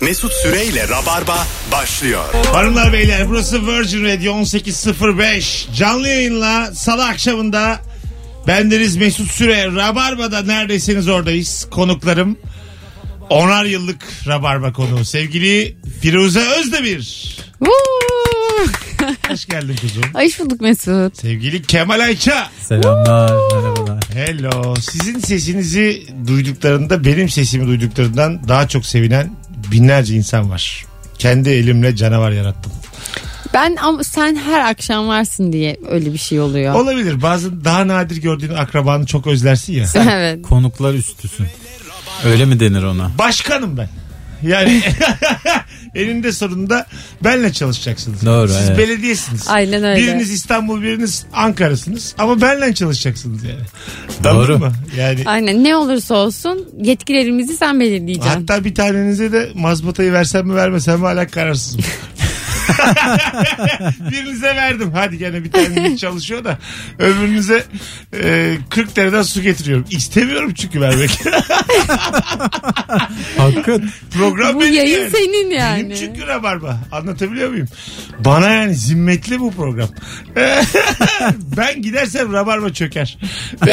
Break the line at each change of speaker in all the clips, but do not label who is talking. Mesut Süreyle Rabarba başlıyor.
Hanımlar beyler burası Virgin Radio 1805. Canlı yayınla salı akşamında bendeniz Mesut Süre Rabarba'da neredesiniz oradayız. Konuklarım onar yıllık Rabarba konuğu sevgili Firuze Özdemir.
Woo!
Hoş geldin kuzum.
Ay hoş bulduk Mesut.
Sevgili Kemal Ayça.
Selamlar, merhabalar.
Hello. Sizin sesinizi duyduklarında benim sesimi duyduklarından daha çok sevinen binlerce insan var. Kendi elimle canavar yarattım.
Ben ama sen her akşam varsın diye öyle bir şey oluyor.
Olabilir. Bazı daha nadir gördüğün akrabanı çok özlersin ya.
evet.
Konuklar üstüsün. Öyle mi denir ona?
Başkanım ben. Yani elinde sonunda benle çalışacaksınız.
Doğru,
Siz
evet.
belediyesiniz.
Aynen öyle.
Biriniz İstanbul, biriniz Ankara'sınız. Ama benle çalışacaksınız yani. Anladın
Doğru.
mı? Yani
Aynen ne olursa olsun yetkilerimizi sen belirleyeceksin.
hatta bir tanenize de mazbatayı versem mi vermesem mi hala kararsızım. Birinize verdim. Hadi gene bir tane çalışıyor da öbürünüze e, 40 dereden su getiriyorum. İstemiyorum çünkü vermek.
Hakkın.
Program
Bu
benim
yayın
yani.
senin
Benim
yani.
çünkü rabarba. Anlatabiliyor muyum? Bana yani zimmetli bu program. ben gidersem rabarba çöker. bu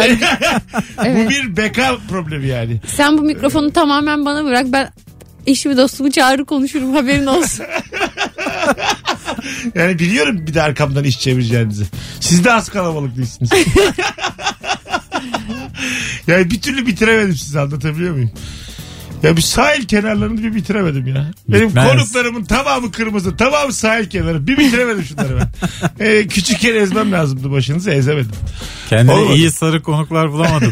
Evet.
bir beka problemi yani.
Sen bu mikrofonu tamamen bana bırak. Ben eşimi dostumu çağırır konuşurum haberin olsun.
Yani biliyorum bir de arkamdan iş çevireceğinizi. Siz de az kalabalık değilsiniz. yani bir türlü bitiremedim sizi anlatabiliyor muyum? Ya bir sahil kenarlarını bir bitiremedim ya. Benim
Bitmez.
konuklarımın tamamı kırmızı, tamamı sahil kenarı. Bir bitiremedim şunları ben. ee, küçükken ezmem lazımdı başınızı ezemedim.
Kendine
Olmadı.
iyi sarı konuklar bulamadım.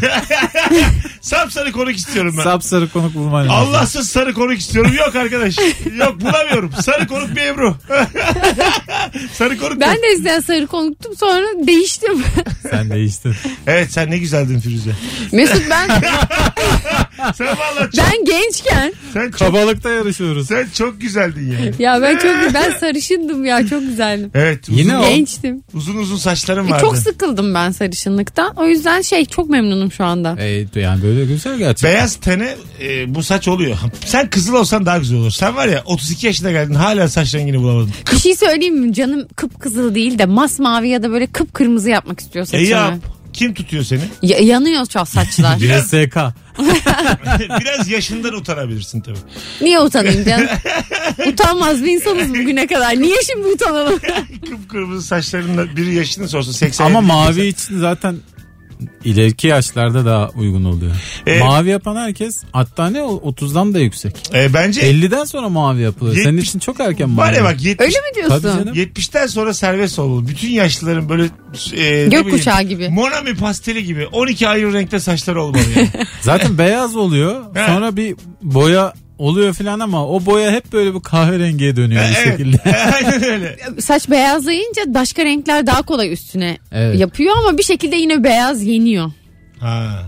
Sapsarı konuk istiyorum ben.
Sap sarı konuk bulman lazım.
Allahsız sarı konuk istiyorum. Yok arkadaş. Yok bulamıyorum. Sarı konuk bir Ebru. sarı konuk
ben
yok.
de eskiden sarı konuktum sonra değiştim.
Sen değiştin.
Evet sen ne güzeldin Firuze.
Mesut ben
Sen valla çok,
ben gençken
sen çok,
Kabalıkta yarışıyoruz.
sen çok güzeldin yani.
ya ben çok ben sarışındım ya çok güzeldim.
Evet. Uzun,
Yine o.
Gençtim.
uzun uzun saçlarım
E,
vardı.
çok sıkıldım ben sarışınlıktan. O yüzden şey çok memnunum şu anda.
E, yani böyle güzel gerçek.
Beyaz tene e, bu saç oluyor. Sen kızıl olsan daha güzel olur. Sen var ya 32 yaşına geldin hala saç rengini bulamadın.
Bir şey söyleyeyim mi? Canım kıpkızıl değil de masmavi ya da böyle kıpkırmızı yapmak istiyor
E
saçını.
yap. Kim tutuyor seni?
Ya- yanıyor çok saçlar.
GSK.
Biraz yaşından utanabilirsin tabii.
Niye utanayım canım? Utanmaz bir insanız bugüne kadar. Niye şimdi utanalım?
Kıpkırmızı saçlarınla biri yaşını sorsa 80
Ama
50
mavi için zaten ileriki yaşlarda daha uygun oluyor.
E-
mavi yapan herkes hatta ne o- 30'dan da yüksek.
E, bence
50'den sonra mavi yapılıyor. Senin
70
için çok erken mavi.
var ya bak 70
Öyle mi
Tabii
diyorsun?
canım.
70'ten sonra serbest olmalı. Bütün yaşlıların böyle e, ne
Gökkuşağı
bileyim,
gibi.
Monami pasteli gibi 12 ayrı renkte saçları olmalı yani.
Zaten beyaz oluyor.
Evet.
Sonra bir boya oluyor filan ama o boya hep böyle bir kahverengiye dönüyor
E-
bir şekilde.
Aynen öyle.
Saç beyazlayınca başka renkler daha kolay üstüne
Evet.
yapıyor ama bir şekilde yine beyaz yeniyor.
Ha.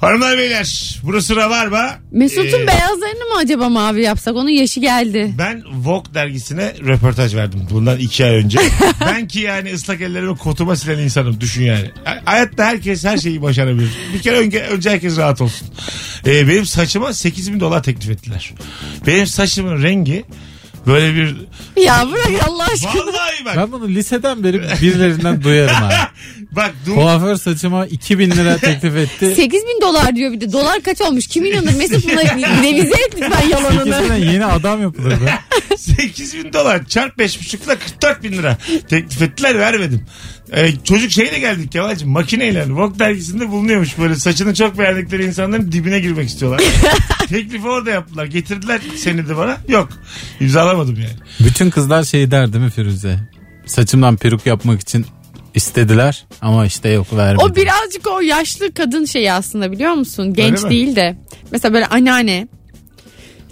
Hanımlar beyler burası Rabarba.
Mesut'un
Ee,
beyazlarını mı acaba mavi yapsak? Onun yaşı geldi.
Ben Vogue dergisine röportaj verdim bundan iki ay önce. ben ki yani ıslak ellerimi kotuma silen insanım düşün yani. Ha- Hayatta herkes her şeyi başarabilir. Bir kere önce, önce herkes rahat olsun. Ee, benim saçıma 8 bin dolar teklif ettiler. Benim saçımın rengi böyle bir...
Ya bırak Allah aşkına.
Vallahi bak.
Ben bunu liseden beri birilerinden duyarım abi.
Bak dum-
Kuaför saçıma 2000 lira teklif etti.
8 bin dolar diyor bir de. Dolar kaç olmuş? Kim inanır? Mesut buna revize et lütfen yalanını.
İkisinden yeni adam yapılır be.
8 bin dolar çarp 5,5'la 44 bin lira teklif ettiler vermedim. Ee, çocuk şeyle geldik Kemal'cim makineyle Vogue dergisinde bulunuyormuş böyle saçını çok beğendikleri insanların dibine girmek istiyorlar. Teklifi orada yaptılar getirdiler senedi bana yok imzalamadım yani.
Bütün kızlar şey der değil mi Firuze? Saçımdan peruk yapmak için istediler ama işte yok vermedi.
O birazcık o yaşlı kadın şeyi aslında biliyor musun?
Öyle
Genç
mi?
değil de. Mesela böyle anneanne,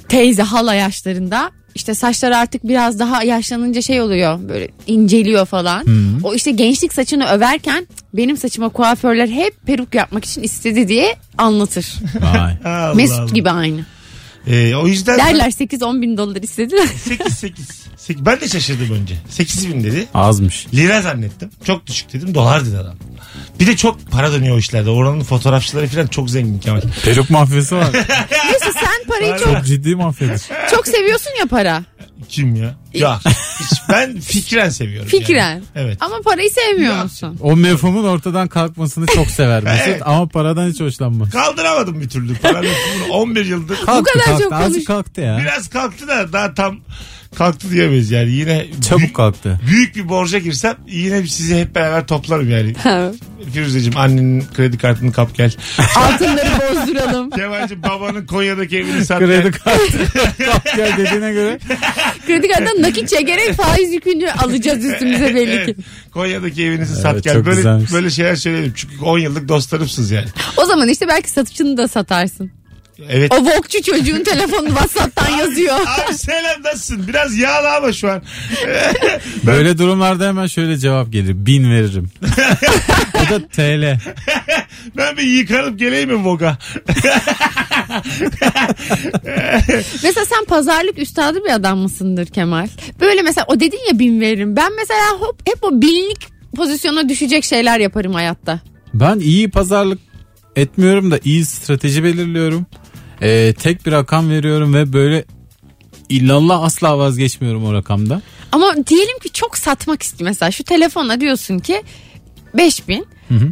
teyze, hala yaşlarında. işte saçları artık biraz daha yaşlanınca şey oluyor böyle inceliyor falan. O işte gençlik saçını överken benim saçıma kuaförler hep peruk yapmak için istedi diye anlatır.
Vay.
Allah
Mesut
Allah.
gibi aynı.
Ee, o yüzden
Derler 8-10 bin dolar istediler.
8 8. Ben de şaşırdım önce. 8000 dedi.
Azmış.
Lira zannettim. Çok düşük dedim. Dolar dedi adam. Bir de çok para dönüyor o işlerde. Oranın fotoğrafçıları falan çok zengin Kemal.
Peruk mafyası var.
Mesut sen parayı çok
Çok ciddi mafyadır.
çok seviyorsun ya para.
Kim ya? Ya. Hiç- ben fikren seviyorum.
Fikren.
yani. Evet.
Ama parayı sevmiyor
Ya.
musun?
O mefhumun ortadan kalkmasını çok sever Mesut
Evet.
ama paradan hiç hoşlanmaz.
Kaldıramadım bir türlü. Paranın üstünü 11 yıldır.
Kalktı,
kadar
kalktı.
çok
Azıcık
konuş-
kalktı ya.
Biraz kalktı da daha tam kalktı diyemeyiz yani. Yine büyük,
Çabuk kalktı.
büyük bir borca girsem yine sizi hep beraber toplarım yani.
Ha.
Firuzeciğim annenin kredi kartını kap gel.
Altınları bozduralım.
Kemal'cim babanın Konya'daki evini sat.
Kredi kartı. Kalk gel dediğine göre.
Kredi kartından nakit çekerek faiz yükünü alacağız üstümüze belli ki.
Evet. Konya'daki evinizi sat gel.
çok
Böyle
güzelmiş.
böyle şeyler söyleyelim. Çünkü 10 yıllık dostlarımsınız yani.
O zaman işte belki satışını da satarsın.
Evet.
O vokçu çocuğun telefonu WhatsApp'tan yazıyor.
Abi selam nasılsın? Biraz yağlı ama şu an.
Böyle durumlarda hemen şöyle cevap gelir. Bin veririm. Bu da TL.
Ben bir yıkanıp geleyim mi Voga?
Mesela sen pazarlık üstadı bir adam mısındır Kemal? Böyle mesela o dedin ya bin veririm. Ben mesela hop hep o binlik pozisyona düşecek şeyler yaparım hayatta.
Ben iyi pazarlık etmiyorum da iyi strateji belirliyorum. Ee, tek bir rakam veriyorum ve böyle illallah asla vazgeçmiyorum o rakamda.
Ama diyelim ki çok satmak istiyorum. Mesela şu telefona diyorsun ki 5000.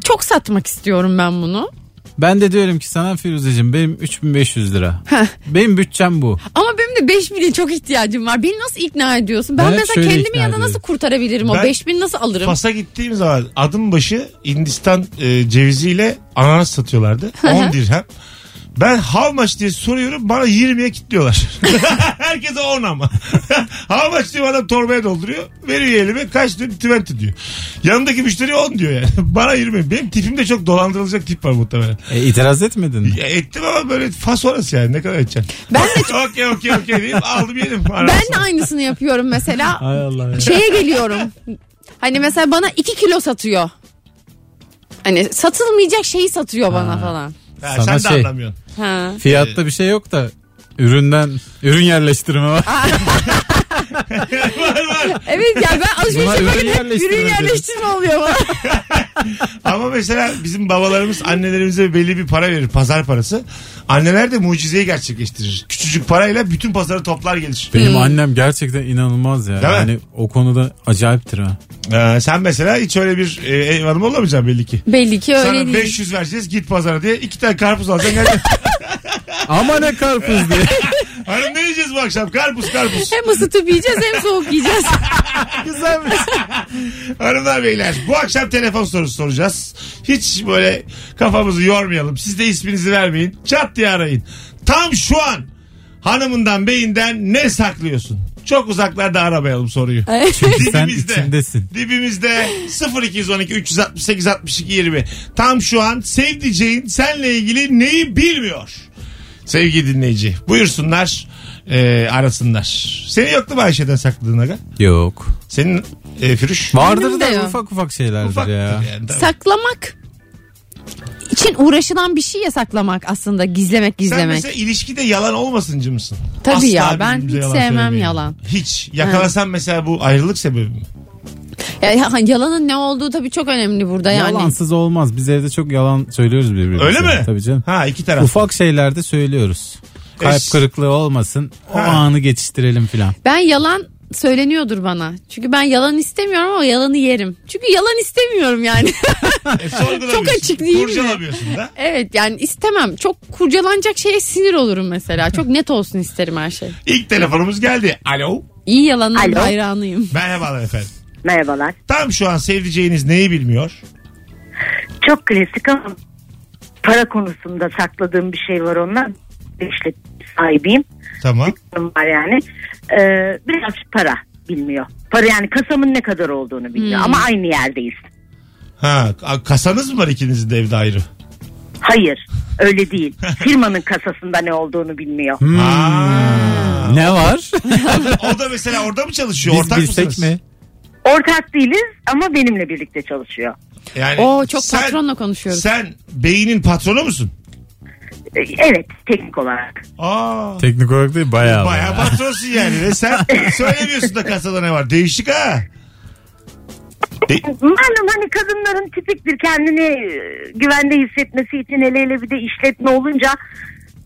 Çok satmak istiyorum ben bunu.
Ben de diyorum ki sana Firuzeciğim benim 3500 lira. Benim bütçem bu.
Ama benim de 5000'e çok ihtiyacım var. Beni nasıl ikna ediyorsun? Ben
Evet,
mesela
şöyle
kendimi
ikna
ya da
ediyorum.
nasıl kurtarabilirim?
Ben-
o 5000 nasıl alırım?
Fas'a gittiğim zaman adım başı Hindistan e, ceviziyle ananas satıyorlardı. 10 dirhem. Ben how much diye soruyorum bana 20'ye kilitliyorlar. Herkese 10 ama. how much diyor adam torbaya dolduruyor. Veriyor elime kaç diyor 20 diyor. Yanındaki müşteri 10 diyor yani. bana 20. Benim tipimde çok dolandırılacak tip var muhtemelen.
E, itiraz etmedin mi?
Ya ettim ama böyle fas orası yani ne kadar edeceksin.
Ben de
okey okey okey deyip aldım yedim.
Ben de aynısını yapıyorum mesela.
Hay Allah ya.
şeye geliyorum. Hani mesela bana 2 kilo satıyor. Hani satılmayacak şeyi satıyor bana falan.
Ha, sen
Sana
de
şey-
anlamıyorsun.
Ha.
Fiyatta bir şey yok da üründen ürün yerleştirme var.
var var.
Evet ya ben
Bunlar
alışverişe
ürün
bakın hep
yerleştirme
ürün
dedi.
yerleştirme oluyor bana.
Ama mesela bizim babalarımız annelerimize belli bir para verir. Pazar parası. Anneler de mucizeyi gerçekleştirir. Küçücük parayla bütün pazarı toplar gelir.
Benim annem gerçekten inanılmaz ya.
Değil mi?
yani o konuda acayiptir ha.
Ee, sen mesela hiç öyle bir e, ev hanımı olamayacaksın belli ki.
Belli ki öyle
Sana
değil.
500 vereceğiz git pazara diye iki tane karpuz alacaksın. Gel.
Ama ne karpuz diye.
Hanım ne yiyeceğiz bu akşam? Karpuz karpuz.
Hem ısıtıp yiyeceğiz hem soğuk yiyeceğiz.
Güzelmiş.
Hanımlar beyler bu akşam telefon sorusu soracağız. Hiç böyle kafamızı yormayalım. Siz de isminizi vermeyin. Çat diye arayın. Tam şu an hanımından beyinden ne saklıyorsun? Çok uzaklarda aramayalım soruyu.
Çünkü sen içindesin.
Dibimizde 0212 368 62 20. Tam şu an sevdiceğin senle ilgili neyi bilmiyor? Sevgili dinleyici buyursunlar e, arasınlar. Seni yoktu mu Ayşe'den sakladığın aga?
Yok.
Senin e, Firuş?
Vardır
Benim de
da
yok.
ufak ufak şeylerdir
Ufaktır
ya.
yani, tabii.
Saklamak için uğraşılan bir şey ya saklamak aslında gizlemek
Sen
gizlemek.
mesela ilişkide yalan olmasıncı mısın?
Tabii ya, ben
birbirimize
hiç sevmem
söylemeyelim.
yalan.
Hiç. Yakalasan mesela bu ayrılık sebebi mi?
Ya- ya- yalanın ne olduğu tabii çok önemli burada yani.
Yalansız olmaz. Biz evde çok yalan söylüyoruz birbirimize.
Öyle mi?
Tabii canım.
Ha iki taraf.
Ufak şeylerde söylüyoruz. Kalp
Eş-
kırıklığı olmasın. O
Ha.
anı geçiştirelim filan.
Ben yalan söyleniyordur bana. Çünkü ben yalan istemiyorum ama yalanı yerim. Çünkü yalan istemiyorum yani.
E, sorgulamıyorsun.
Çok açık değil mi?
Kurcalamıyorsun da.
evet yani istemem. Çok kurcalanacak şeye sinir olurum mesela. Çok net olsun isterim her şey.
İlk telefonumuz geldi. Alo.
İyi yalanın
Alo.
hayranıyım.
Merhabalar efendim.
Merhabalar.
Tam şu an sevdiceğiniz neyi bilmiyor?
Çok klasik ama para konusunda sakladığım bir şey var ondan. İşletme sahibiyim.
Tamam.
Var yani. Ee, biraz para bilmiyor. Para yani kasamın ne kadar olduğunu bilmiyor. Ama aynı yerdeyiz.
Ha a- kasanız mı var ikinizin de evde ayrı?
Hayır öyle değil. Firmanın kasasında ne olduğunu bilmiyor.
Hmm.
Hmm.
Ha.
Ne var?
O da mesela orada mı çalışıyor?
Biz
Ortak
bilsek
mısınız?
mi?
Ortak değiliz ama benimle birlikte çalışıyor.
Yani
Oo çok
Ee, sen-
patronla konuşuyoruz.
Sen beynin patronu musun?
E, Evet teknik olarak.
Aa.
Teknik olarak değil bayağı.
Bayağı patronsun yani ve sen söylemiyorsun da kasada ne var. Değişik ha.
Malum hani kadınların tipiktir kendini e, güvende hissetmesi için hele hele bir de işletme olunca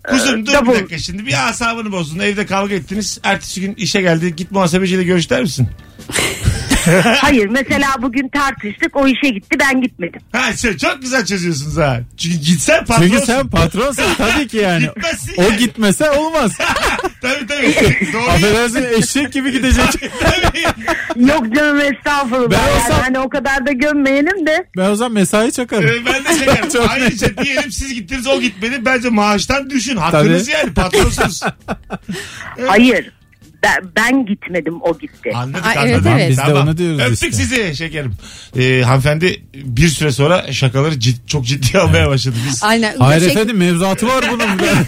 e,
Kuzum dur bir
double.
dakika şimdi bir asabını bozdun. Evde kavga ettiniz. Ertesi gün işe geldi. Git muhasebeciyle görüş der misin?
Hayır mesela bugün tartıştık o işe gitti ben gitmedim.
Ha sen çok güzel çözüyorsunuz ha. Çünkü gitsen patronsun.
Çünkü sen patronsun tabii ki yani.
Gitmezsin
o
yani.
gitmese olmaz.
Tabii tabii. Doğru.
Affedersin eşek gibi gidecek.
Tabii.
Yok canım estağfurullah.
Ben
yani
olsam-
hani o kadar da gömmeyelim de.
Ben o zaman mesai çakarım.
Ee, ben de şekerim.
Çok
Ayrıca diyelim siz gittiniz o gitmedi. Bence maaştan düşün. Hakkınız
Tabii.
yani patronsunuz.
Hayır. Ben, ben gitmedim o gitti.
Anladık
Ay,
anladık.
evet, evet.
Biz de onu diyoruz
Öptük
işte.
sizi şekerim. Ee, hanımefendi bir süre sonra şakaları cid- çok ciddi almaya başladı. Biz
Aynen.
Hayır
Şey-
efendim mevzuatı var bunun.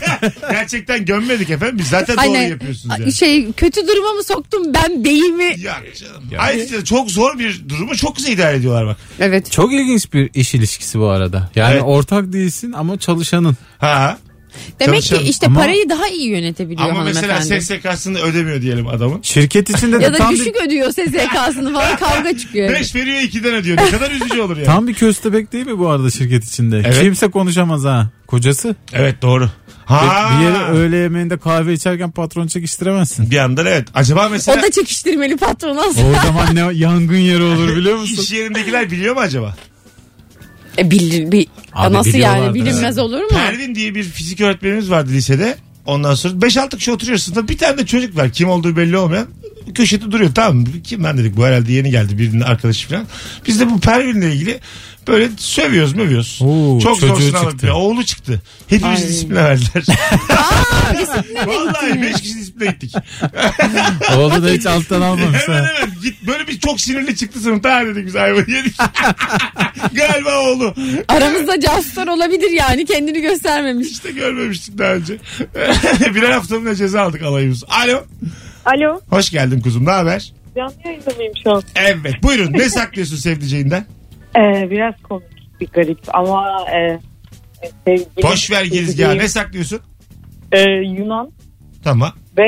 gerçekten gömmedik efendim. Biz zaten doğru yapıyorsunuz yani.
Şey kötü duruma mı soktum ben beyimi?
Ya canım. Ayrıca çok zor bir durumu çok güzel idare ediyorlar bak.
Evet.
Çok ilginç bir iş ilişkisi bu arada. Yani
Evet.
ortak değilsin ama çalışanın.
Ha.
Demek ki
çalışalım.
işte
Ama-
parayı daha iyi yönetebiliyor
Ama mesela
hanımefendi.
SSK'sını ödemiyor diyelim adamın.
Şirket içinde de
Ya da
tam bir,
düşük ödüyor SSK'sını falan kavga çıkıyor.
5 veriyor 2'den ödüyor. Ne kadar üzücü olur yani.
tam bir köstebek değil mi bu arada şirket içinde?
Evet.
Kimse konuşamaz ha. Kocası. E,
Evet doğru. Ha.
Bir yere öğle yemeğinde kahve içerken patron çekiştiremezsin.
Bir yandan evet. Acaba mesela
O da çekiştirmeli patron aslında.
O zaman ne yangın yeri olur biliyor musun?
iş yerindekiler biliyor mu acaba?
E, bilir, bi-
Abi
Nasıl yani
biliyorlardır
bilinmez
ha.
olur mu?
Pervin diye bir fizik öğretmenimiz vardı lisede. Ondan sonra 5-6 kişi oturuyorsun da bir tane de çocuk var. Kim olduğu belli olmayan. Köşede duruyor tamam mı? Kim ben dedik bu herhalde yeni geldi birinin arkadaşı falan. Biz de bu Pervin'le ilgili böyle sövüyoruz mövüyoruz.
Oo,
Çok zor
çocuğu
sınav.
çıktı.
yapıyor. Oğlu çıktı. Hepimiz
Ay.
disipline verdiler. Vallahi 5 kişi disipline gittik.
Oğlu da hiç alttan almamış
Hemen
ha.
hemen git böyle bir çok sinirli çıktı sınıfta Ha dedik biz hayvan yedik. şey." Galiba oğlu.
Aramızda casuslar olabilir yani kendini göstermemiş.
Hiç de görmemiştik daha önce. Birer haftamda ceza aldık alayımız. Alo.
Alo.
Hoş geldin kuzum. Ne haber?
Canlı yayında mıyım şu an?
Evet. Buyurun. Ne saklıyorsun sevdiceğinden?
Ee, biraz komik bir garip ama e, sevgili,
Boş ver girizgahı. Ne saklıyorsun?
e, Yunan
Tamam.
ve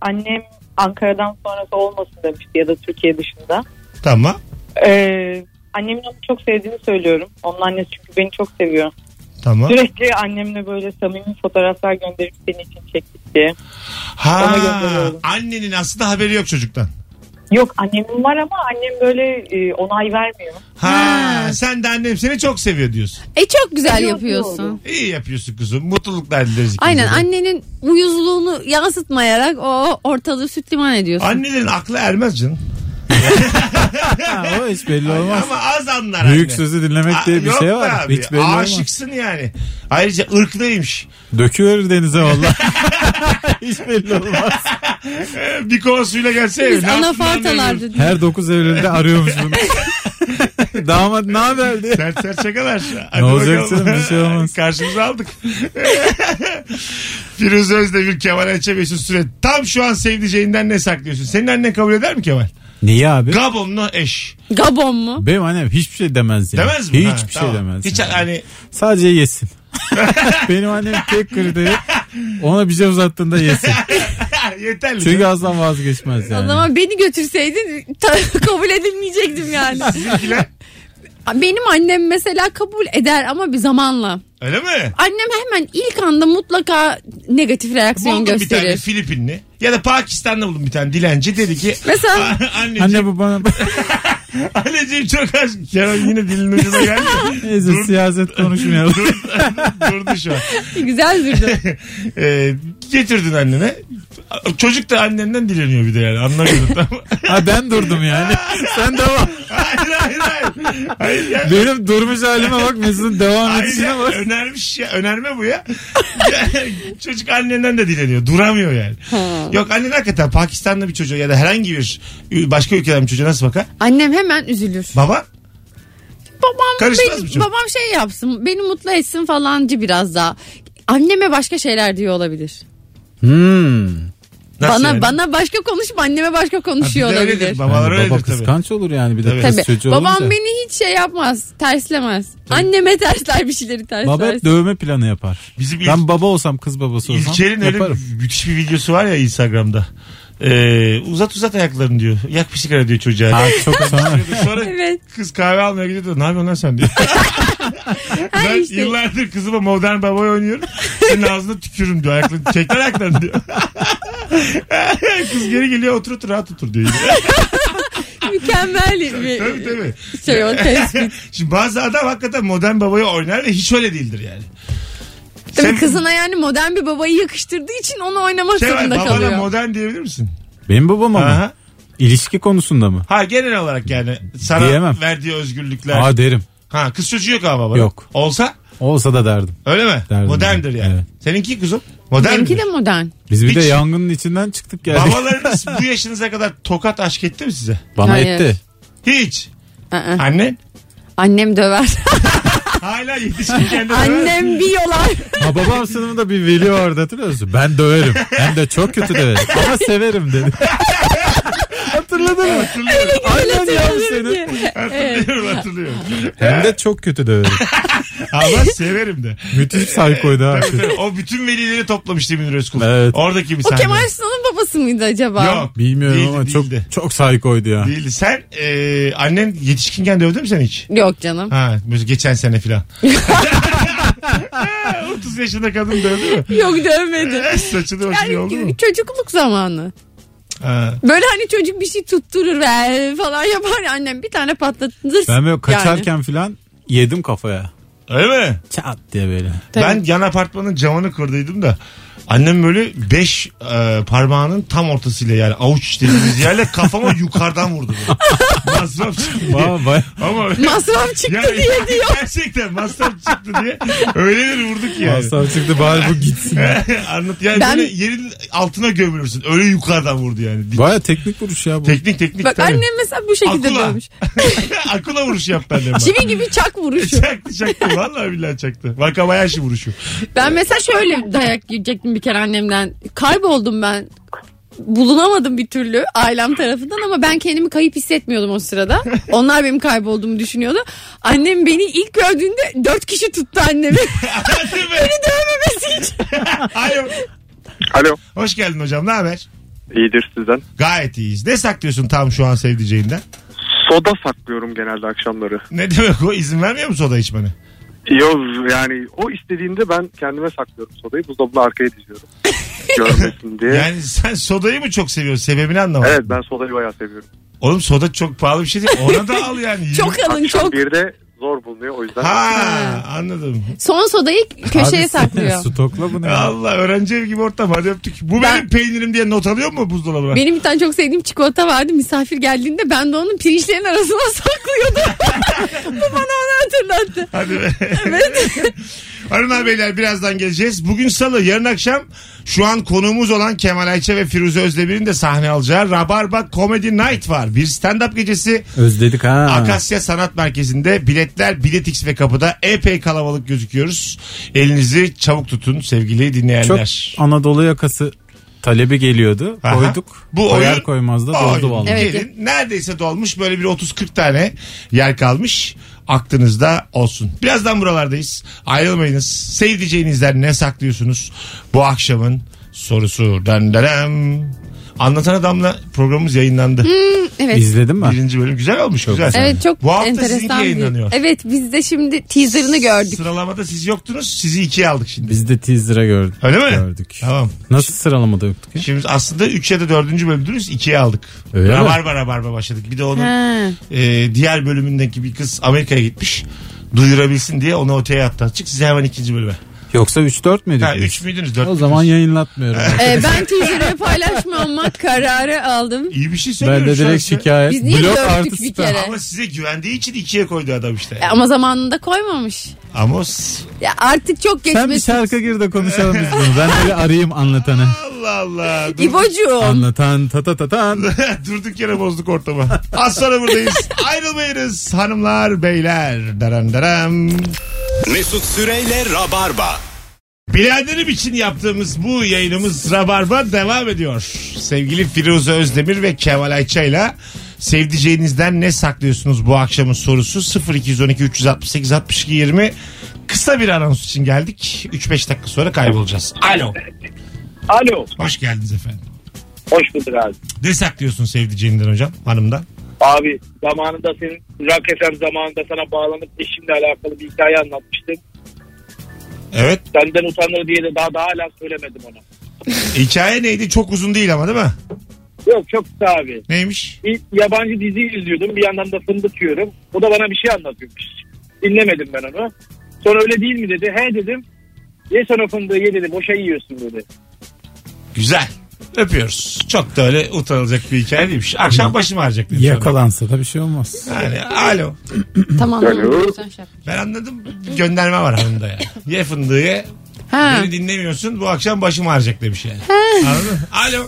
annem Ankara'dan sonrası olmasın demişti ya da Türkiye dışında.
Tamam.
Ee, annemin onu çok sevdiğini söylüyorum. Onun annesi çünkü beni çok seviyor.
Tamam.
Sürekli annemle böyle samimi fotoğraflar gönderip senin için çektik diye. Ona
Ha,
gönderiyorum.
annenin aslında haberi yok çocuktan.
Yok annemin var ama annem böyle e, onay vermiyor.
Ha,
Ha.
sen de annem seni çok seviyor diyorsun.
E çok güzel
Yok,
yapıyorsun.
yok.
İyi yapıyorsun kuzum. Mutluluklar dileriz. ikinize
Aynen
de.
annenin uyuzluğunu yansıtmayarak o ortalığı süt liman ediyorsun.
Annelerin aklı ermez canım.
Ha, o hiç belli olmaz.
Ama az anlar
Büyük
anne.
sözü dinlemek
Aa,
diye bir
yok
şey
be
var.
abi.
Hiç belli olmaz.
Aşıksın yani. Ayrıca ırklıymış.
Döküyor denize valla. hiç belli olmaz.
Ee, bir kova suyla gelse
Biz
ne
ana
yaptığını
fartalar
anlayamıyorum.
dedi.
Her 9 Eylül'de arıyormuş bunu. Damat ne haber diye.
Sert sert şakalar.
Ne olacak canım, bir şey olmaz.
Karşımıza aldık. Firuze Özdemir, Kemal Ayça Mesut Süre. Tam şu an sevdiceğinden ne saklıyorsun? Senin annen kabul eder mi Kemal?
Niye abi?
Gabonlu eş.
Gabon mu?
Benim annem hiçbir şey demez yani.
Demez mi?
Hiçbir
Ha,
şey
tamam.
demez.
Hiç
yani.
hani
Sadece yesin. Benim annem tek kriteri ona bir şey uzattığında yesin.
yeterli.
Çünkü asla vazgeçmez yani.
O zaman beni götürseydin ta- kabul edilmeyecektim yani.
Sizinkiler.
Benim annem mesela kabul eder ama bir zamanla.
Öyle mi?
Annem hemen ilk anda mutlaka negatif reaksiyon
Buldum bir tane
gösterir.
Filipinli ya da Pakistan'da buldum bir tane dilenci dedi ki
Mesela
anneciğim,
Anne bu bana
anneciğim çok aşk. Kemal yine dilin ucuna geldi.
neyse
Dur.
siyaset konuşmayalım.
Dur- durdu şu an.
güzel durdu.
Ee, getirdin annene. Çocuk da annenden dileniyor bir de yani anlamıyorum tamam.
ha ben durdum yani. Sen devam.
hayır hayır hayır. Hayır ya.
Benim durmuş halime bak Mesut'un devam
Hayır
edişine
ya.
bak.
Önermiş ya. Önerme bu ya. Çocuk annenden de dileniyor. Duramıyor yani. Yok annen hakikaten Pakistanlı bir çocuğa ya da herhangi bir ü- başka ülkeden bir çocuğa nasıl bakar?
Annem hemen üzülür.
Baba
Babam,
Karışmaz
beni-
mı çok?
babam şey yapsın beni mutlu etsin falancı biraz daha. Anneme başka şeyler diyor olabilir.
Hmm.
Nasıl
bana
yani?
bana başka konuşma anneme başka
Ha, bir de
konuşuyor
öyledir.
olabilir.
Babalar
Yani baba
öyledir tabii.
kıskanç olur yani bir de
Tabii.
kız
Tabii.
çocuğu
Babam
olunca.
beni hiç şey yapmaz. Terslemez. Anneme tersler bir şeyleri tersler.
Baba hep dövme planı yapar.
Bizim ilk-
ben baba olsam kız babası olsam
İlker'in öyle
yaparım.
müthiş bir videosu var ya Instagram'da. Ee, uzat uzat ayaklarını diyor. Yak bir sigara diyor çocuğa.
Ha, çok sonra
Sonra
Evet.
kız kahve almaya gidiyor da ne yapıyorsun lan sen diyor. ben
işte.
yıllardır kızıma modern babayı oynuyorum. Senin ağzına tükürürüm diyor. Ayaklarını, çekler ayaklarını diyor. kız geri geliyor otur otur rahat otur diyor.
Mükemmel
tabii
bir
tabii.
şey o tespit.
Şimdi bazı adam hakikaten modern babayı oynar ve hiç öyle değildir yani.
Tabii
Sen-
kızına yani modern bir babayı yakıştırdığı için onu oynamak
Kemal
zorunda
babana
kalıyor.
modern diyebilir misin?
Benim babam ama
Aha.
ilişki konusunda mı?
Ha genel olarak yani sana
Diyemem.
verdiği özgürlükler.
Aa derim.
Ha kız çocuğu yok ama bana.
Yok.
Olsa
Olsa da derdim.
öyle mi?
Derdim
Moderndir
ben.
yani.
Evet.
Seninki kuzum modern.
Benimki
mi?
de modern.
Biz bir
Hiç-
de yangının içinden çıktık geldik.
Babalarınız bu yaşınıza kadar tokat aşk etti mi size?
Bana
Hayır.
etti.
Hiç.
Aa.
Annen
Annem döver.
hala yetişkinken de
Annem bir yolar.
Ha babam sınıfında bir veli vardı hatırlıyor musun? Ben döverim. Hem de çok kötü döverim. Ama severim dedi. Hatırladın mı?
hatırlıyorum.
Aynen ya bu
Diyorum
senin.
ki.
Hatırlıyorum hatırlıyorum.
Hem de çok kötü döverim.
Ama severim de.
Müthiş saykoydu ha.
Tabii, tabii. o bütün velileri toplamıştı Münir Özkul.
Evet.
Oradaki bir
O
sahne.
Kemal Sunal'ın babası mıydı acaba?
Yok.
Bilmiyorum
Değildi,
ama çok
değildi.
çok saykoydu ya.
Değildi. Sen e, annen yetişkinken dövdü mü seni hiç?
Yok canım.
Ha, mesela geçen sene filan. 30 yaşında kadın dövdü mü?
Yok dövmedi.
Eh, Saçını başını oldu mu?
Yani çocukluk zamanı.
Ha.
Böyle hani çocuk bir şey tutturur ve falan yapar ya annem bir tane patlatır.
Ben böyle
Yani.
kaçarken filan yedim kafaya.
Öyle mi?
Çat diye böyle.
Tabii.
Ben yan apartmanın camını kırdıydım da annem böyle 5 parmağının tam ortasıyla yani avuç dediğimiz yerle kafama yukarıdan vurdu. böyle. Masraf çıktı diye.
Vay vay.
Ama
Masraf çıktı
Ya-
diye diyor.
Gerçekten masraf çıktı diye. Öyle bir vurduk yani.
Masraf çıktı bari bu gitsin.
Anlat yani
Ben-
böyle yerin altına gömülürsün. Öyle yukarıdan vurdu yani. Dik-
Baya teknik vuruş ya bu.
Teknik teknik.
Bak
tabii.
annem mesela bu şekilde
Akula.
dövmüş.
Akula vuruşu yaptı annem. bana.
Çivi gibi çak vuruşu.
Çaktı çaktı. Vallahi billahi çaktı. Vakabayashi vuruşu.
Ben mesela şöyle dayak yiyecektim bir kere annemden. Kayboldum ben. Bulunamadım bir türlü ailem tarafından ama ben kendimi kayıp hissetmiyordum o sırada. Onlar benim kaybolduğumu düşünüyordu. Annem beni ilk gördüğünde dört kişi tuttu annemi.
Değil mi?
Dövmemesi için.
Alo.
Alo.
Hoş geldin hocam. Ne haber?
İyidir sizden.
Gayet iyiyiz. Ne saklıyorsun tam şu an sevdiceğinden?
Soda saklıyorum genelde akşamları.
Ne demek o? İzin vermiyor mu soda içmene?
Yok yani o istediğinde ben kendime saklıyorum sodayı. Buzdolabını arkaya diziyorum. Görmesin diye.
Yani sen sodayı mı çok seviyorsun? Sebebini anlamadım.
Evet ben sodayı bayağı seviyorum.
Oğlum soda çok pahalı bir şey değil. Ona da al yani.
Çok alın
Akşam
çok.
bir de zor bulunuyor o yüzden.
Ha anladım.
Son sodayı köşeye
Abi,
saklıyor.
Stokla bunu ya.
Allah öğrenci evi gibi ortam hadi öptük. Bu
Ben-
benim peynirim diye not alıyor mu buzdolabına?
Benim bir tane çok sevdiğim çikolata vardı. Misafir geldiğinde ben de onun pirinçlerin arasına saklıyordum. Bu bana onu hatırlattı.
Hadi be.
Evet.
Hanımlar beyler birazdan geleceğiz. Bugün salı yarın akşam şu an konuğumuz olan Kemal Ayça ve Firuze Özdemir'in de sahne alacağı Rabarba Comedy Night var. Bir stand-up gecesi
Özledik ha.
Akasya Sanat Merkezi'nde biletler Biletix ve kapıda epey kalabalık gözüküyoruz. Elinizi çabuk tutun sevgili
Çok
dinleyenler.
Anadolu yakası talebi geliyordu.
Aha.
Koyduk.
Bu
Koyar
oyun-
koymaz da
Ay,
doldu vallahi.
Evet.
gelin. Neredeyse dolmuş. Böyle bir 30-40 tane yer kalmış. Aklınızda olsun. Birazdan buralardayız. Ayrılmayınız. Sevdiceğinizden ne saklıyorsunuz? Bu akşamın sorusu. Denderem. Anlatan Adam'la programımız yayınlandı.
Evet.
İzledin mi?
Birinci bölüm güzel olmuş. güzel.
Evet çok
Bu hafta sizinki
enteresan bir-
yayınlanıyor.
Evet biz de şimdi teaserını gördük.
Sıralamada siz yoktunuz. Sizi ikiye aldık şimdi.
Biz de teaser'a gördük.
Öyle mi?
Gördük.
Tamam.
Nasıl sıralamada yoktuk ya?
Şimdi aslında 3 ya da 4. bölümdünüz 2'ye aldık.
Öyle mi?
rabarba rabarba başladık. Bir de onun
Ha.
e, diğer bölümündeki bir kız Amerika'ya gitmiş. Duyurabilsin diye onu oteye attı. Çık size hemen ikinci bölüme.
Yoksa 3-4 müydük?
Ha,
biz?
üç müydünüz? Dört
O zaman yayınlatmıyorum.
Ee, ben teaser'ı paylaşmamak kararı aldım.
İyi bir şey
ben
söylüyorum.
de
şu an
direkt
size.
şikayet.
Biz niye
Blok
dövdük
artı
bir
süper.
kere?
Ama size güvendiği için ikiye koydu adam işte.
E, Ama zamanında koymamış.
Ama s-
Ya artık çok
Sen bir
geçmiş.
şarkı gir de konuşalım biz bunu. Ben öyle arayayım anlatanı.
Allah Allah. Dur-
İbocuğum.
Anlatan ta ta ta tan.
Durduk yere bozduk ortamı. Az sonra buradayız. Ayrılmayınız hanımlar beyler. Daram daram.
Mesut Süreyle Rabarba.
Biraderim için yaptığımız bu yayınımız Rabarba devam ediyor. Sevgili Firuze Özdemir ve Kemal Ayça ile sevdiceğinizden ne saklıyorsunuz bu akşamın sorusu 0212 368 62 20 kısa bir anons için geldik. 3-5 dakika sonra kaybolacağız. Alo.
Alo.
Hoş geldiniz efendim.
Hoş bulduk abi.
Ne saklıyorsun sevdiceğinden hocam hanımdan?
Abi zamanında senin Rock FM zamanında sana bağlanıp eşimle alakalı bir hikaye anlatmıştım.
Evet.
Senden utanır diye de daha daha hala söylemedim ona.
Hikaye neydi? Çok uzun değil ama değil mi?
Yok çok kısa abi.
Neymiş?
Bir yabancı dizi izliyordum bir yandan da fındık yiyorum. O da bana bir şey anlatıyormuş. Dinlemedim ben onu. Sonra öyle değil mi dedi. He dedim. Ye sen o fındığı ye dedi. Boşa yiyorsun dedi.
Güzel. Öpüyoruz. Çok da öyle utanılacak bir hikaye değilmiş. Akşam başım ağrıyacak. dedim sonra.
Yakalansa da bir şey olmaz.
Yani alo.
Tamam.
Alo.
Sen şey yap.
Ben anladım gönderme var hanımda ya. Ye fındığı ye.
Ha.
Beni dinlemiyorsun bu akşam başım ağrıyacak demiş yani. Anladın mı? Alo.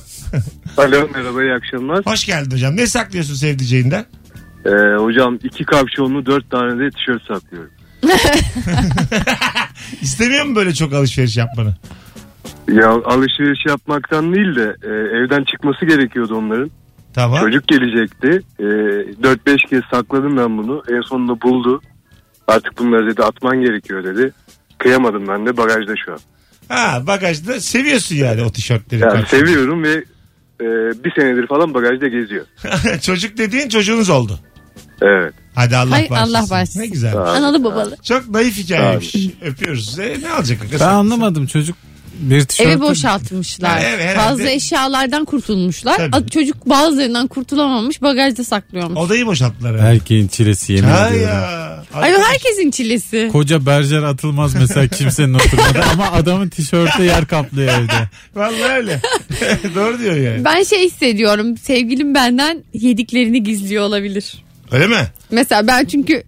Alo merhaba iyi akşamlar.
Hoş geldin hocam. Ne saklıyorsun sevdiceğinden?
Ee, hocam iki kapşonlu dört tane de tişört saklıyorum.
İstemiyor mu böyle çok alışveriş yapmanı?
Ya alışveriş yapmaktan değil de e, evden çıkması gerekiyordu onların.
Tamam.
Çocuk gelecekti. E, 4-5 kez sakladım ben bunu. En sonunda buldu. Artık bunları dedi atman gerekiyor dedi. Kıyamadım ben de bagajda şu an.
Ha bagajda seviyorsun yani o tişörtleri.
Yani
Bak.
seviyorum ve e, bir senedir falan bagajda geziyor.
Çocuk dediğin çocuğunuz oldu.
Evet.
Hadi Allah
Hay
bağışlasın.
Allah bağışlasın.
Ne güzel.
Analı babalı.
Çok naif hikayeymiş. Öpüyoruz. size. ne alacak?
Ben anlamadım çocuk bir tişört.
Evi boşaltmışlar.
Ha, evet, herhalde.
Bazı eşyalardan kurtulmuşlar.
Tabii.
A- Çocuk bazılarından kurtulamamış bagajda saklıyormuş.
Odayı boşalttılar. herhalde.
Erkeğin çilesi yemin
Ha
ediyorum.
ya.
Ay bu herkesin çilesi.
Koca berjer atılmaz mesela kimsenin oturmadı ama adamın tişörtte yer kaplıyor evde.
Vallahi öyle. Doğru diyor yani.
Ben şey hissediyorum. Sevgilim benden yediklerini gizliyor olabilir.
Öyle mi?
Mesela ben çünkü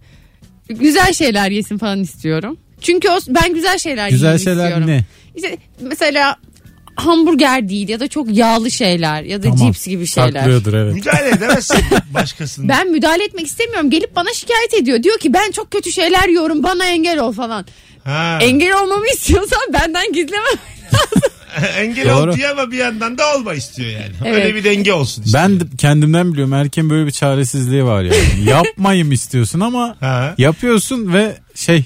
güzel şeyler yesin falan istiyorum. Çünkü o, ben güzel şeyler
Güzel
yiyeyim
şeyler
istiyorum.
ne?
İşte mesela hamburger değil ya da çok yağlı şeyler ya da
Tamam.
cips gibi şeyler.
Saklıyordur evet.
Müdahale edemezsin başkasının.
Ben müdahale etmek istemiyorum. Gelip bana şikayet ediyor. Diyor ki ben çok kötü şeyler yiyorum. Bana engel ol falan.
Ha.
Engel olmamı istiyorsan benden gizleme.
Engel
Doğru.
ol diye ama bir yandan da olma istiyor yani.
Evet.
Öyle bir şey. denge olsun istiyor.
Ben de kendimden biliyorum erkeğin böyle bir çaresizliği var yani. Yapmayım istiyorsun ama
Ha.
yapıyorsun ve şey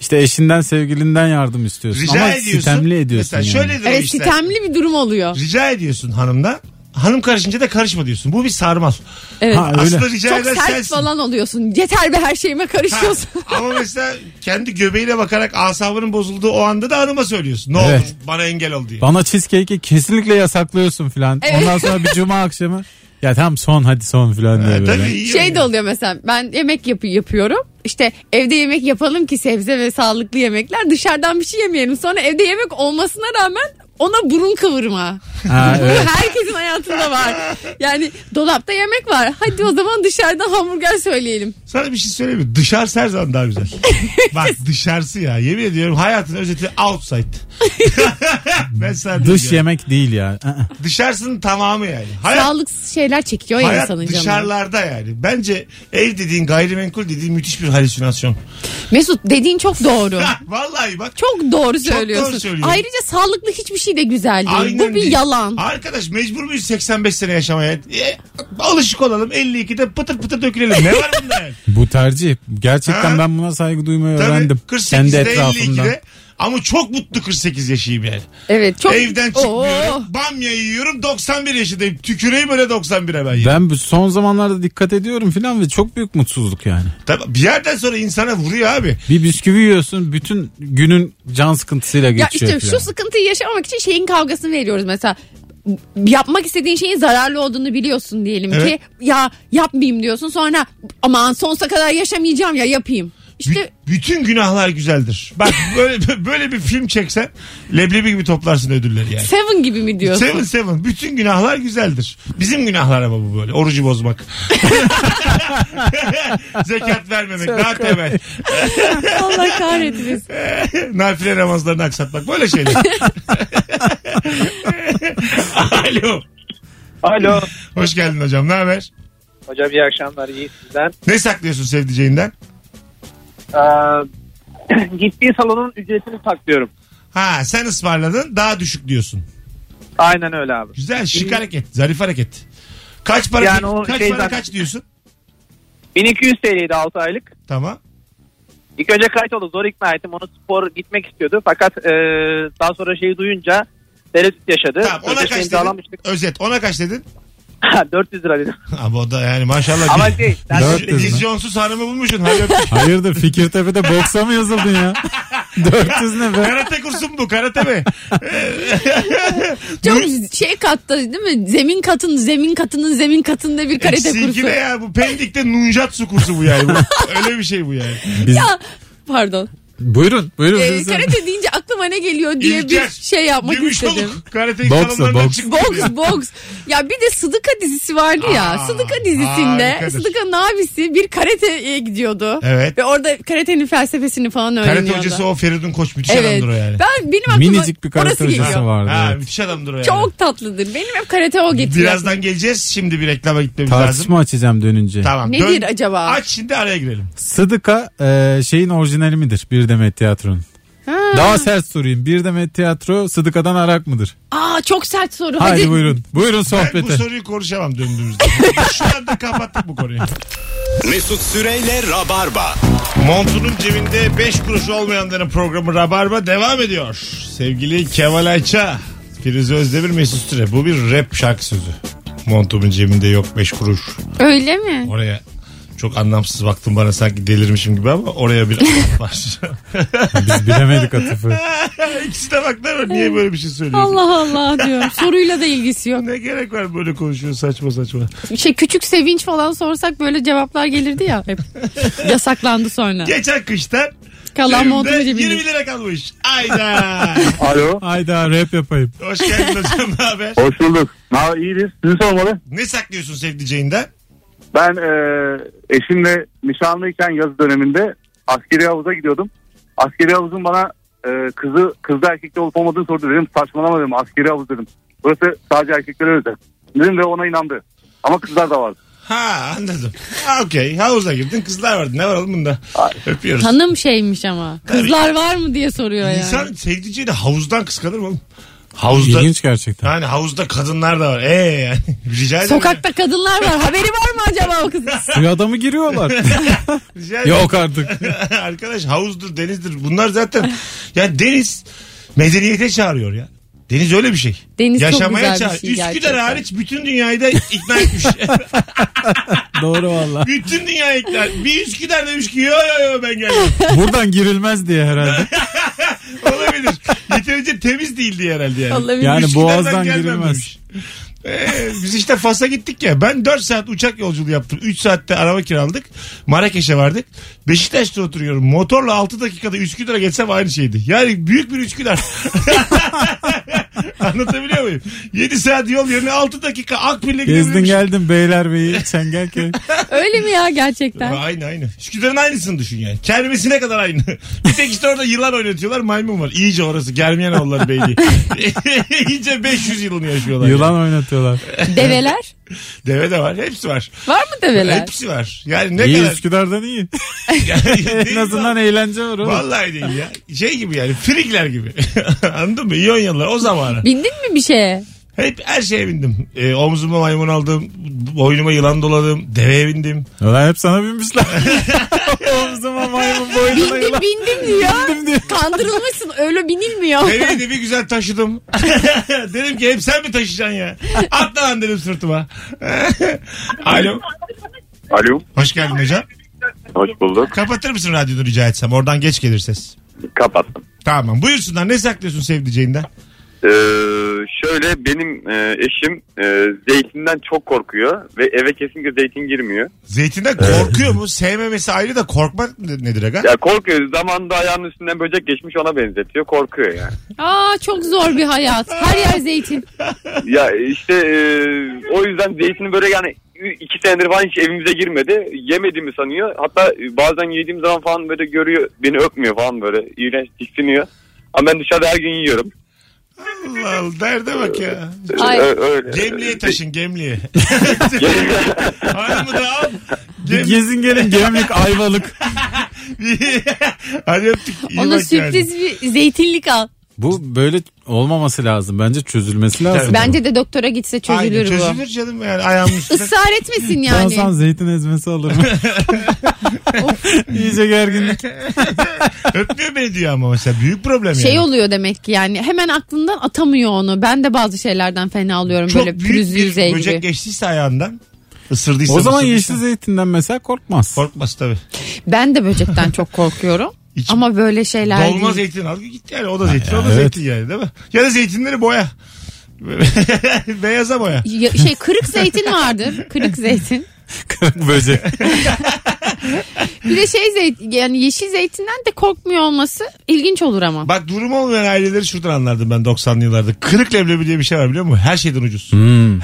işte eşinden sevgilinden yardım istiyorsun
Rica
ama
ediyorsun.
sitemli ediyorsun
Mesela
yani.
şöyle de
evet
işte.
sitemli bir durum oluyor.
Rica ediyorsun hanımdan. Hanım karışınca da karışma diyorsun. Bu bir sarmal.
Evet.
Ha, öyle.
Aslında rica
çok
eden
sert
sensin.
falan oluyorsun. Yeter be her şeyime
Ha,
karışıyorsun.
ama mesela kendi göbeğine bakarak asabının bozulduğu o anda da hanıma söylüyorsun. Ne
Evet.
olur bana engel ol diye.
Bana cheesecake'i kesinlikle yasaklıyorsun filan. Ondan sonra bir cuma akşamı ya tamam son hadi son filan diye
Ha,
böyle.
tabii iyi
şey
yani.
de oluyor mesela ben yemek yapı yapıyorum. İşte evde yemek yapalım ki sebze ve sağlıklı yemekler. Dışarıdan bir şey yemeyelim. Sonra evde yemek olmasına rağmen ona burun kıvırma.
Ha,
Bu
evet.
herkesin hayatında var. Yani dolapta yemek var. Hadi o zaman dışarıdan hamburger söyleyelim.
Sana bir şey söyleyeyim mi? Dışarısı her zaman daha güzel. Bak dışarısı ya. Yemin ediyorum hayatın özeti outside. ben sana diyeyim
Dış
ya.
yemek değil ya. Aa.
Dışarısının tamamı yani. Hayat
Sağlıksız şeyler çekiyor ya
Hayat
insanın canını.
dışarılarda yani. Bence ev dediğin gayrimenkul dediğin müthiş bir halüsinasyon.
Mesut dediğin çok doğru.
Ha, Vallahi bak.
Çok doğru söylüyorsun.
söylüyorum.
Ayrıca sağlıklı hiçbir şey de güzel değil.
aynen
Bu bir
değil.
yalan.
Arkadaş mecbur muyuz 85 sene yaşamaya? E, alışık olalım 52'de pıtır pıtır dökülelim. Ne var bunda yani?
Bu tercih. Gerçekten
Ha?
ben buna saygı duymayı
Tabii
öğrendim. Kendi
48'de
etrafımdan.
52'de. Ama çok mutlu 48 yaşıyım yani.
Evet çok
Evden
Oo.
çıkmıyorum. Bamya yiyorum 91 yaşındayım. Tüküreyim öyle 91'e ben. yani.
Ben bu son zamanlarda dikkat ediyorum filan ve çok büyük mutsuzluk yani.
Tabii, bir yerden sonra insana vuruyor abi.
Bir bisküvi yiyorsun bütün günün can sıkıntısıyla
Ya
geçiyor.
işte şu
filan.
sıkıntıyı yaşamamak için şeyin kavgasını veriyoruz mesela. Yapmak istediğin şeyin zararlı olduğunu biliyorsun diyelim
Evet.
ki ya yapmayayım diyorsun sonra aman sonsuza kadar yaşamayacağım ya yapayım. İşte
Bü- bütün günahlar güzeldir. Bak böyle böyle bir film çeksen leblebi gibi toplarsın ödülleri yani.
Seven gibi mi diyorsun?
Seven seven. Bütün günahlar güzeldir. Bizim günahlar ama bu böyle. Orucu bozmak. Zekat vermemek. daha temel.
Allah kahretmesin.
Nafile namazlarını aksatmak. Böyle şeyler. Alo.
Alo.
Hoş geldin hocam. Ne haber?
Hocam iyi akşamlar iyi sizden.
Ne saklıyorsun sevdiceğinden?
gittiği salonun Ee, ücretini saklıyorum.
Ha sen ısmarladın daha düşük diyorsun.
Aynen öyle abi.
Güzel şık hareket. Zarif hareket. Kaç para
Ee, Yani o
kaç
şey
para
zaten-
kaç diyorsun?
1200 TL'ydi 6 aylık.
Tamam.
İlk önce kayıt oldu. Zor ikna ettim. Onu spor gitmek istiyordu. Fakat e, daha sonra şeyi duyunca tereddüt yaşadı.
Tamam ona
Sözleşme
kaç dedin?
imzalamıştık.
Özet ona kaç dedin?
Ha, 400 lira dedim.
Ama o da yani maşallah.
Ama
bir-
şey, ben
Dört
Viz- Vizyonsuz hanımı bulmuşsun. Hadi öptük.
Hayırdır Fikirtepe'de boksa mı yazıldın ya? 400 ne be?
Karate kursu mu bu? Karate mi?
Çok şey katta değil mi? Zemin katın, zemin katının zemin katında bir karate
Eksi iki
kursu.
ne ya? Bu Pendik'te nunjatsu kursu bu yani. Bu- Öyle bir şey bu yani.
Biz-
Ya pardon.
Buyurun buyurun.
Ee,
siz-
karate deyince aklıma ne geliyor diye
İlker,
bir şey yapmak
Gümüşoluk
istedim.
Karate
Boksa,
kanallarından
boks.
çıktı.
Box box. Ya bir de Sıdıka dizisi vardı ya.
Aa,
Sıdıka dizisinde
harikadır.
Sıdıka'nın abisi bir karateye gidiyordu.
Evet.
Ve orada karatenin felsefesini falan öğreniyordu.
Karate hocası o Feridun Koç müthiş
Evet.
adamdır o yani.
Ben benim aklıma
Minicik bir karate
orası
hocası
geliyor.
vardı.
Ha,
evet.
müthiş adamdır o yani.
Çok tatlıdır. Benim hep karate o getiriyor.
Birazdan geleceğiz. Şimdi bir reklama gitmemiz lazım.
Tartışma açacağım dönünce.
Tamam.
Nedir
dön.
acaba?
Aç şimdi araya girelim.
Sıdıka e, şeyin orijinali midir? Bir Demet Tiyatro'nun. Daha sert sorayım. Bir Demet Tiyatro Sıdıka'dan arak mıdır?
Aa çok sert soru.
Hadi,
Hadi.
buyurun. Buyurun
Ben bu
sohbete.
soruyu konuşamam döndüğümüzde. Şu anda kapattık bu konuyu.
Mesut Süreyle Rabarba.
Montunun cebinde 5 kuruşu olmayanların programı Rabarba devam ediyor. Sevgili Kemal Ayça, Firuze Özdemir Mesut Süre. Bu bir rap şarkı sözü. Montumun cebinde yok 5 kuruş.
Öyle mi?
Oraya çok anlamsız baktım bana sanki delirmişim gibi ama oraya bir var.
Biz bilemedik atıfı.
İkisi de baklar var. Niye böyle bir şey söylüyorsun?
Allah Allah diyorum. Soruyla da ilgisi yok.
Ne gerek var böyle konuşuyor saçma saçma.
Şey küçük sevinç falan sorsak böyle cevaplar gelirdi ya hep. Yasaklandı sonra.
Geçen kıştan
Kalan montum
cebimde 20
cebinde.
lira kalmış. Ayda.
Alo.
Hayda rap yapayım.
Hoş geldin hocam ne haber?
Hoş bulduk. Ha, iyidir. Sizi sormalı.
Ne saklıyorsun sevdiceğinden?
Ben e, eşimle nişanlıyken yaz döneminde askeri havuza gidiyordum. Askeri havuzun bana e, kızı kızda erkekte olup olmadığını sordu. Dedim saçmalama dedim askeri havuz dedim. Burası sadece erkeklere özel. Dedim ve ona inandı. Ama kızlar da vardı.
Ha anladım. Ha, Okey havuza girdin kızlar vardı ne var oğlum bunda? Öpüyoruz.
Hanım şeymiş ama. Kızlar var mı diye soruyor yani.
İnsan sevdiceğini havuzdan kıskanır mı oğlum? Havuzda.
İlginç gerçekten.
Yani havuzda kadınlar da var. Ee yani. Rica ederim.
Sokakta kadınlar var. Haberi var mı acaba o kızın?
Suya da mı giriyorlar?
Rica ederim.
Yok artık.
Arkadaş havuzdur denizdir. Bunlar zaten ya deniz medeniyete çağırıyor ya. Deniz öyle bir şey.
Deniz çok
Yaşamaya
güzel bir
çağır-
şey
Üsküdar
gerçekten.
hariç bütün dünyayı da ikna etmiş.
Doğru valla.
bütün dünya ikna. Bir Üsküdar demiş ki yo yo yo ben geldim.
Buradan girilmez diye herhalde.
Olabilir. Yeterince temiz değildi herhalde yani.
Olabilir.
Yani
Üsküdar'dan
boğazdan
gelmem
girilmez.
demiş. Ee, biz işte Fas'a gittik ya. Ben 4 saat uçak yolculuğu yaptım. 3 saatte araba kiraladık. Marrakeş'e vardık. Beşiktaş'ta oturuyorum. Motorla 6 dakikada Üsküdar'a geçsem aynı şeydi. Yani büyük bir Üsküdar. Anlatabiliyor muyum? 7 saat yol yerine 6 dakika Akbil'le
Gezdin
gidebilirmişim.
geldin Beylerbeyi, Çengelköy.
Öyle mi ya
Ha,
gerçekten?
Aynı aynı. Üsküdar'ın aynısını düşün yani. Kermesine kadar aynı. Bir tek işte orada yılan oynatıyorlar maymun var. İyice orası. Germiyan oğulları belli. İyice 500 yılını yaşıyorlar.
Yılan oynatıyorlar.
Develer?
Deve de var. Hepsi var.
Var mı develer?
Hepsi var. Yani ne
iyi
kadar.
Üsküdar'dan iyi. en
Değil
azından
lan.
eğlence var oğlum.
Vallahi değil ya. Şey gibi yani frikler gibi. Anladın mı? İyonyalılar o zamana.
Bindin mi bir şeye?
Hep her şeye bindim. Ee, omzuma maymun aldım. Boynuma yılan doladım. Deveye bindim.
Ulan hep sana binmişler. Omzuma maymun boynuna
Bindim
yılan.
bindim diyor.
Bindim diyor.
Kandırılmışsın öyle binilmiyor.
Deveyi de bir güzel taşıdım. dedim ki hep sen mi taşıyacaksın ya? Atla lan dedim sırtıma. Alo.
Alo.
Hoş geldin hocam.
Hoş bulduk.
Kapatır mısın radyonu rica etsem? Oradan geç gelir ses.
Kapattım.
Tamam. Buyursunlar. Ne saklıyorsun sevdiceğinden?
Ee, şöyle benim e, eşim e, zeytinden çok korkuyor ve eve kesinlikle zeytin girmiyor.
Zeytinden korkuyor mu? Sevmemesi ayrı da korkmak nedir aga?
Ya korkuyor zamanında ayağının üstünden böcek geçmiş ona benzetiyor korkuyor yani.
Aa çok zor bir hayat. Her yer zeytin.
ya işte e, o yüzden zeytini böyle yani iki senedir falan hiç evimize girmedi. Yemediğimi sanıyor. Hatta bazen yediğim zaman falan böyle görüyor beni öpmüyor falan böyle iğrenç tiksiniyor. Ama ben dışarıda her gün yiyorum.
Allah Allah derde bak ya.
Ay.
Ö- öyle.
Gemliğe taşın gemliğe. Hanımı da al.
Bir
Gem...
Gezin gelin gemlik ayvalık.
Hadi öptük. iyi
Ona
bak yani.
sürpriz bir zeytinlik al.
Bu böyle olmaması lazım. Bence çözülmesi lazım.
Bence de doktora gitse çözülür
Aynı,
bu.
çözülür canım yani ayağımın üstüne.
Israr etmesin
Ben
yani.
sana zeytin ezmesi alırım. İyice gerginlik.
Öpmüyor beni diyor ama mesela büyük problem
şey
yani.
oluyor demek ki yani hemen aklından atamıyor onu. Ben de bazı şeylerden fena alıyorum
Çok
böyle
büyük
pürüz
bir
yüzey
böcek
gibi.
geçtiyse ayağından ısırdıysa
O zaman
mısırdıysa-
yeşil zeytinden mesela korkmaz.
Korkmaz tabii.
Ben de böcekten çok korkuyorum.
İç-
Ama böyle şeyler
Dolma
değil.
zeytin al git yani o da zeytin o da
evet.
zeytin yani değil mi? Ya da zeytinleri boya. Beyaza boya.
Ya- şey kırık zeytin vardır. Kırık zeytin.
Böcek.
Bir de şey zeytin yani yeşil zeytinden de korkmuyor olması ilginç olur ama.
Bak durum olmayan aileleri şuradan anlardım ben 90'lı yıllarda. Kırık leblebi diye bir şey var biliyor musun? Her şeyden ucuz.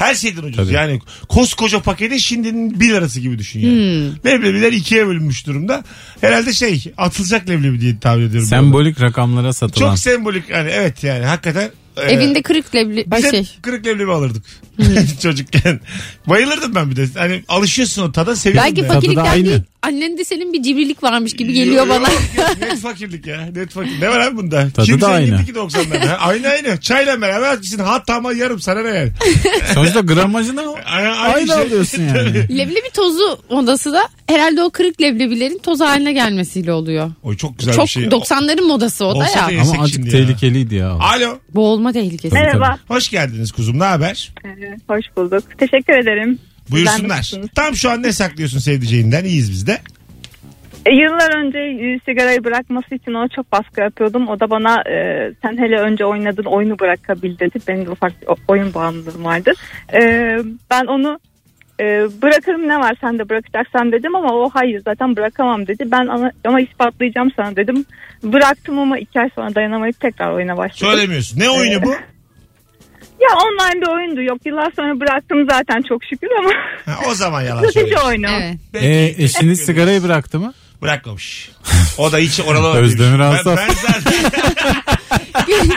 Her şeyden ucuz.
Hmm. Tabii.
Yani koskoca paketi şimdinin 1 lirası gibi düşün yani.
Hmm.
Leblebiler ikiye bölünmüş durumda. Herhalde şey atılacak leblebi diye tahmin ediyorum. Bu arada.
Sembolik rakamlara satılan.
Çok sembolik yani evet yani hakikaten. e,
Evinde kırık leblebi
Biz hep
şey. Hmm.
kırık leblebi alırdık çocukken. Bayılırdım ben bir de. Hani alışıyorsun o tada seviyorsun.
Belki
da.
Tadı da
fakirlikten
aynı.
değil. Annen de senin bir cimrilik varmış gibi geliyor
Yok,
bana.
yok, net fakirlik ya. Net fakir. Ne var abi bunda?
Tadı
Kim
da
zengindi
aynı.
ki 90'larda? Ha, aynı aynı. Çayla beraber gitsin. Hatta ama yarım sana ne yani?
Sonuçta gramajını
Aynı,
aynı
şey.
alıyorsun yani.
Leblebi tozu odası da herhalde o kırık leblebilerin toz haline gelmesiyle oluyor.
Oy çok güzel
Çok
bir şey.
90'ların modası o da
Olsa da
ya.
Ama
Yesek şimdi
azıcık
ya.
tehlikeliydi ya.
Alo.
Boğulma tehlikesi.
Tabii, tabii.
Merhaba.
Hoş geldiniz kuzum. Ne haber?
Ee, hoş bulduk. Teşekkür ederim. Ben de
Buyursunlar.
kuzum.
Tam şu an ne saklıyorsun sevdiceğinden? İyiyiz biz de.
E, yıllar önce e, sigarayı bırakması için ona çok baskı yapıyordum. O da bana e, sen hele önce oynadın oyunu bırakabil dedi. Benim de ufak bir o- oyun bağımlılığım vardı. E, ben onu e, bırakırım ne var sen de bırakacaksan dedim ama o hayır zaten bırakamam dedi. Ben ama, ama ispatlayacağım sana dedim. Bıraktım ama iki ay sonra dayanamayıp tekrar oyuna başladım.
Söylemiyorsun. Ne oyunu bu?
Ya online bir oyundu yok yıllar sonra bıraktım zaten çok şükür ama
Ha, o zaman yalan
strateji
söylüyorsun.
oyunu.
Evet.
Belki-
E, eşiniz sigarayı bıraktı mı?
Bırakmamış. O da hiç oralara
Özdemir
Ben,
Asaf.
ben zaten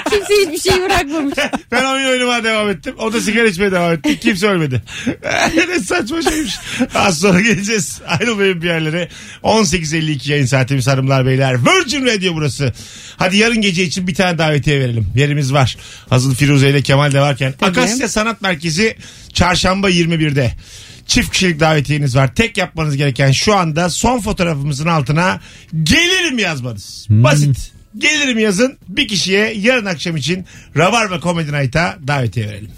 Kimse hiçbir şey bırakmamış.
ben oyun oynamaya devam ettim. O da sigara içmeye devam etti. Kimse ölmedi. ne saçma şeymiş. Az sonra geleceğiz. Ayrılmayın bir yerlere. 18.52 yayın saatimiz hanımlar beyler. Virgin Radio burası. Hadi yarın gece için bir tane davetiye verelim. Yerimiz var. Hazıl Firuze ile Kemal de varken. Akasya Sanat Merkezi çarşamba 21'de. Çift kişilik davetiyeniz var. Tek yapmanız gereken şu anda son fotoğrafımızın altına gelirim yazmanız. Basit. Gelirim yazın. Bir kişiye yarın akşam için Rabarba Comedy Night'a davetiye verelim.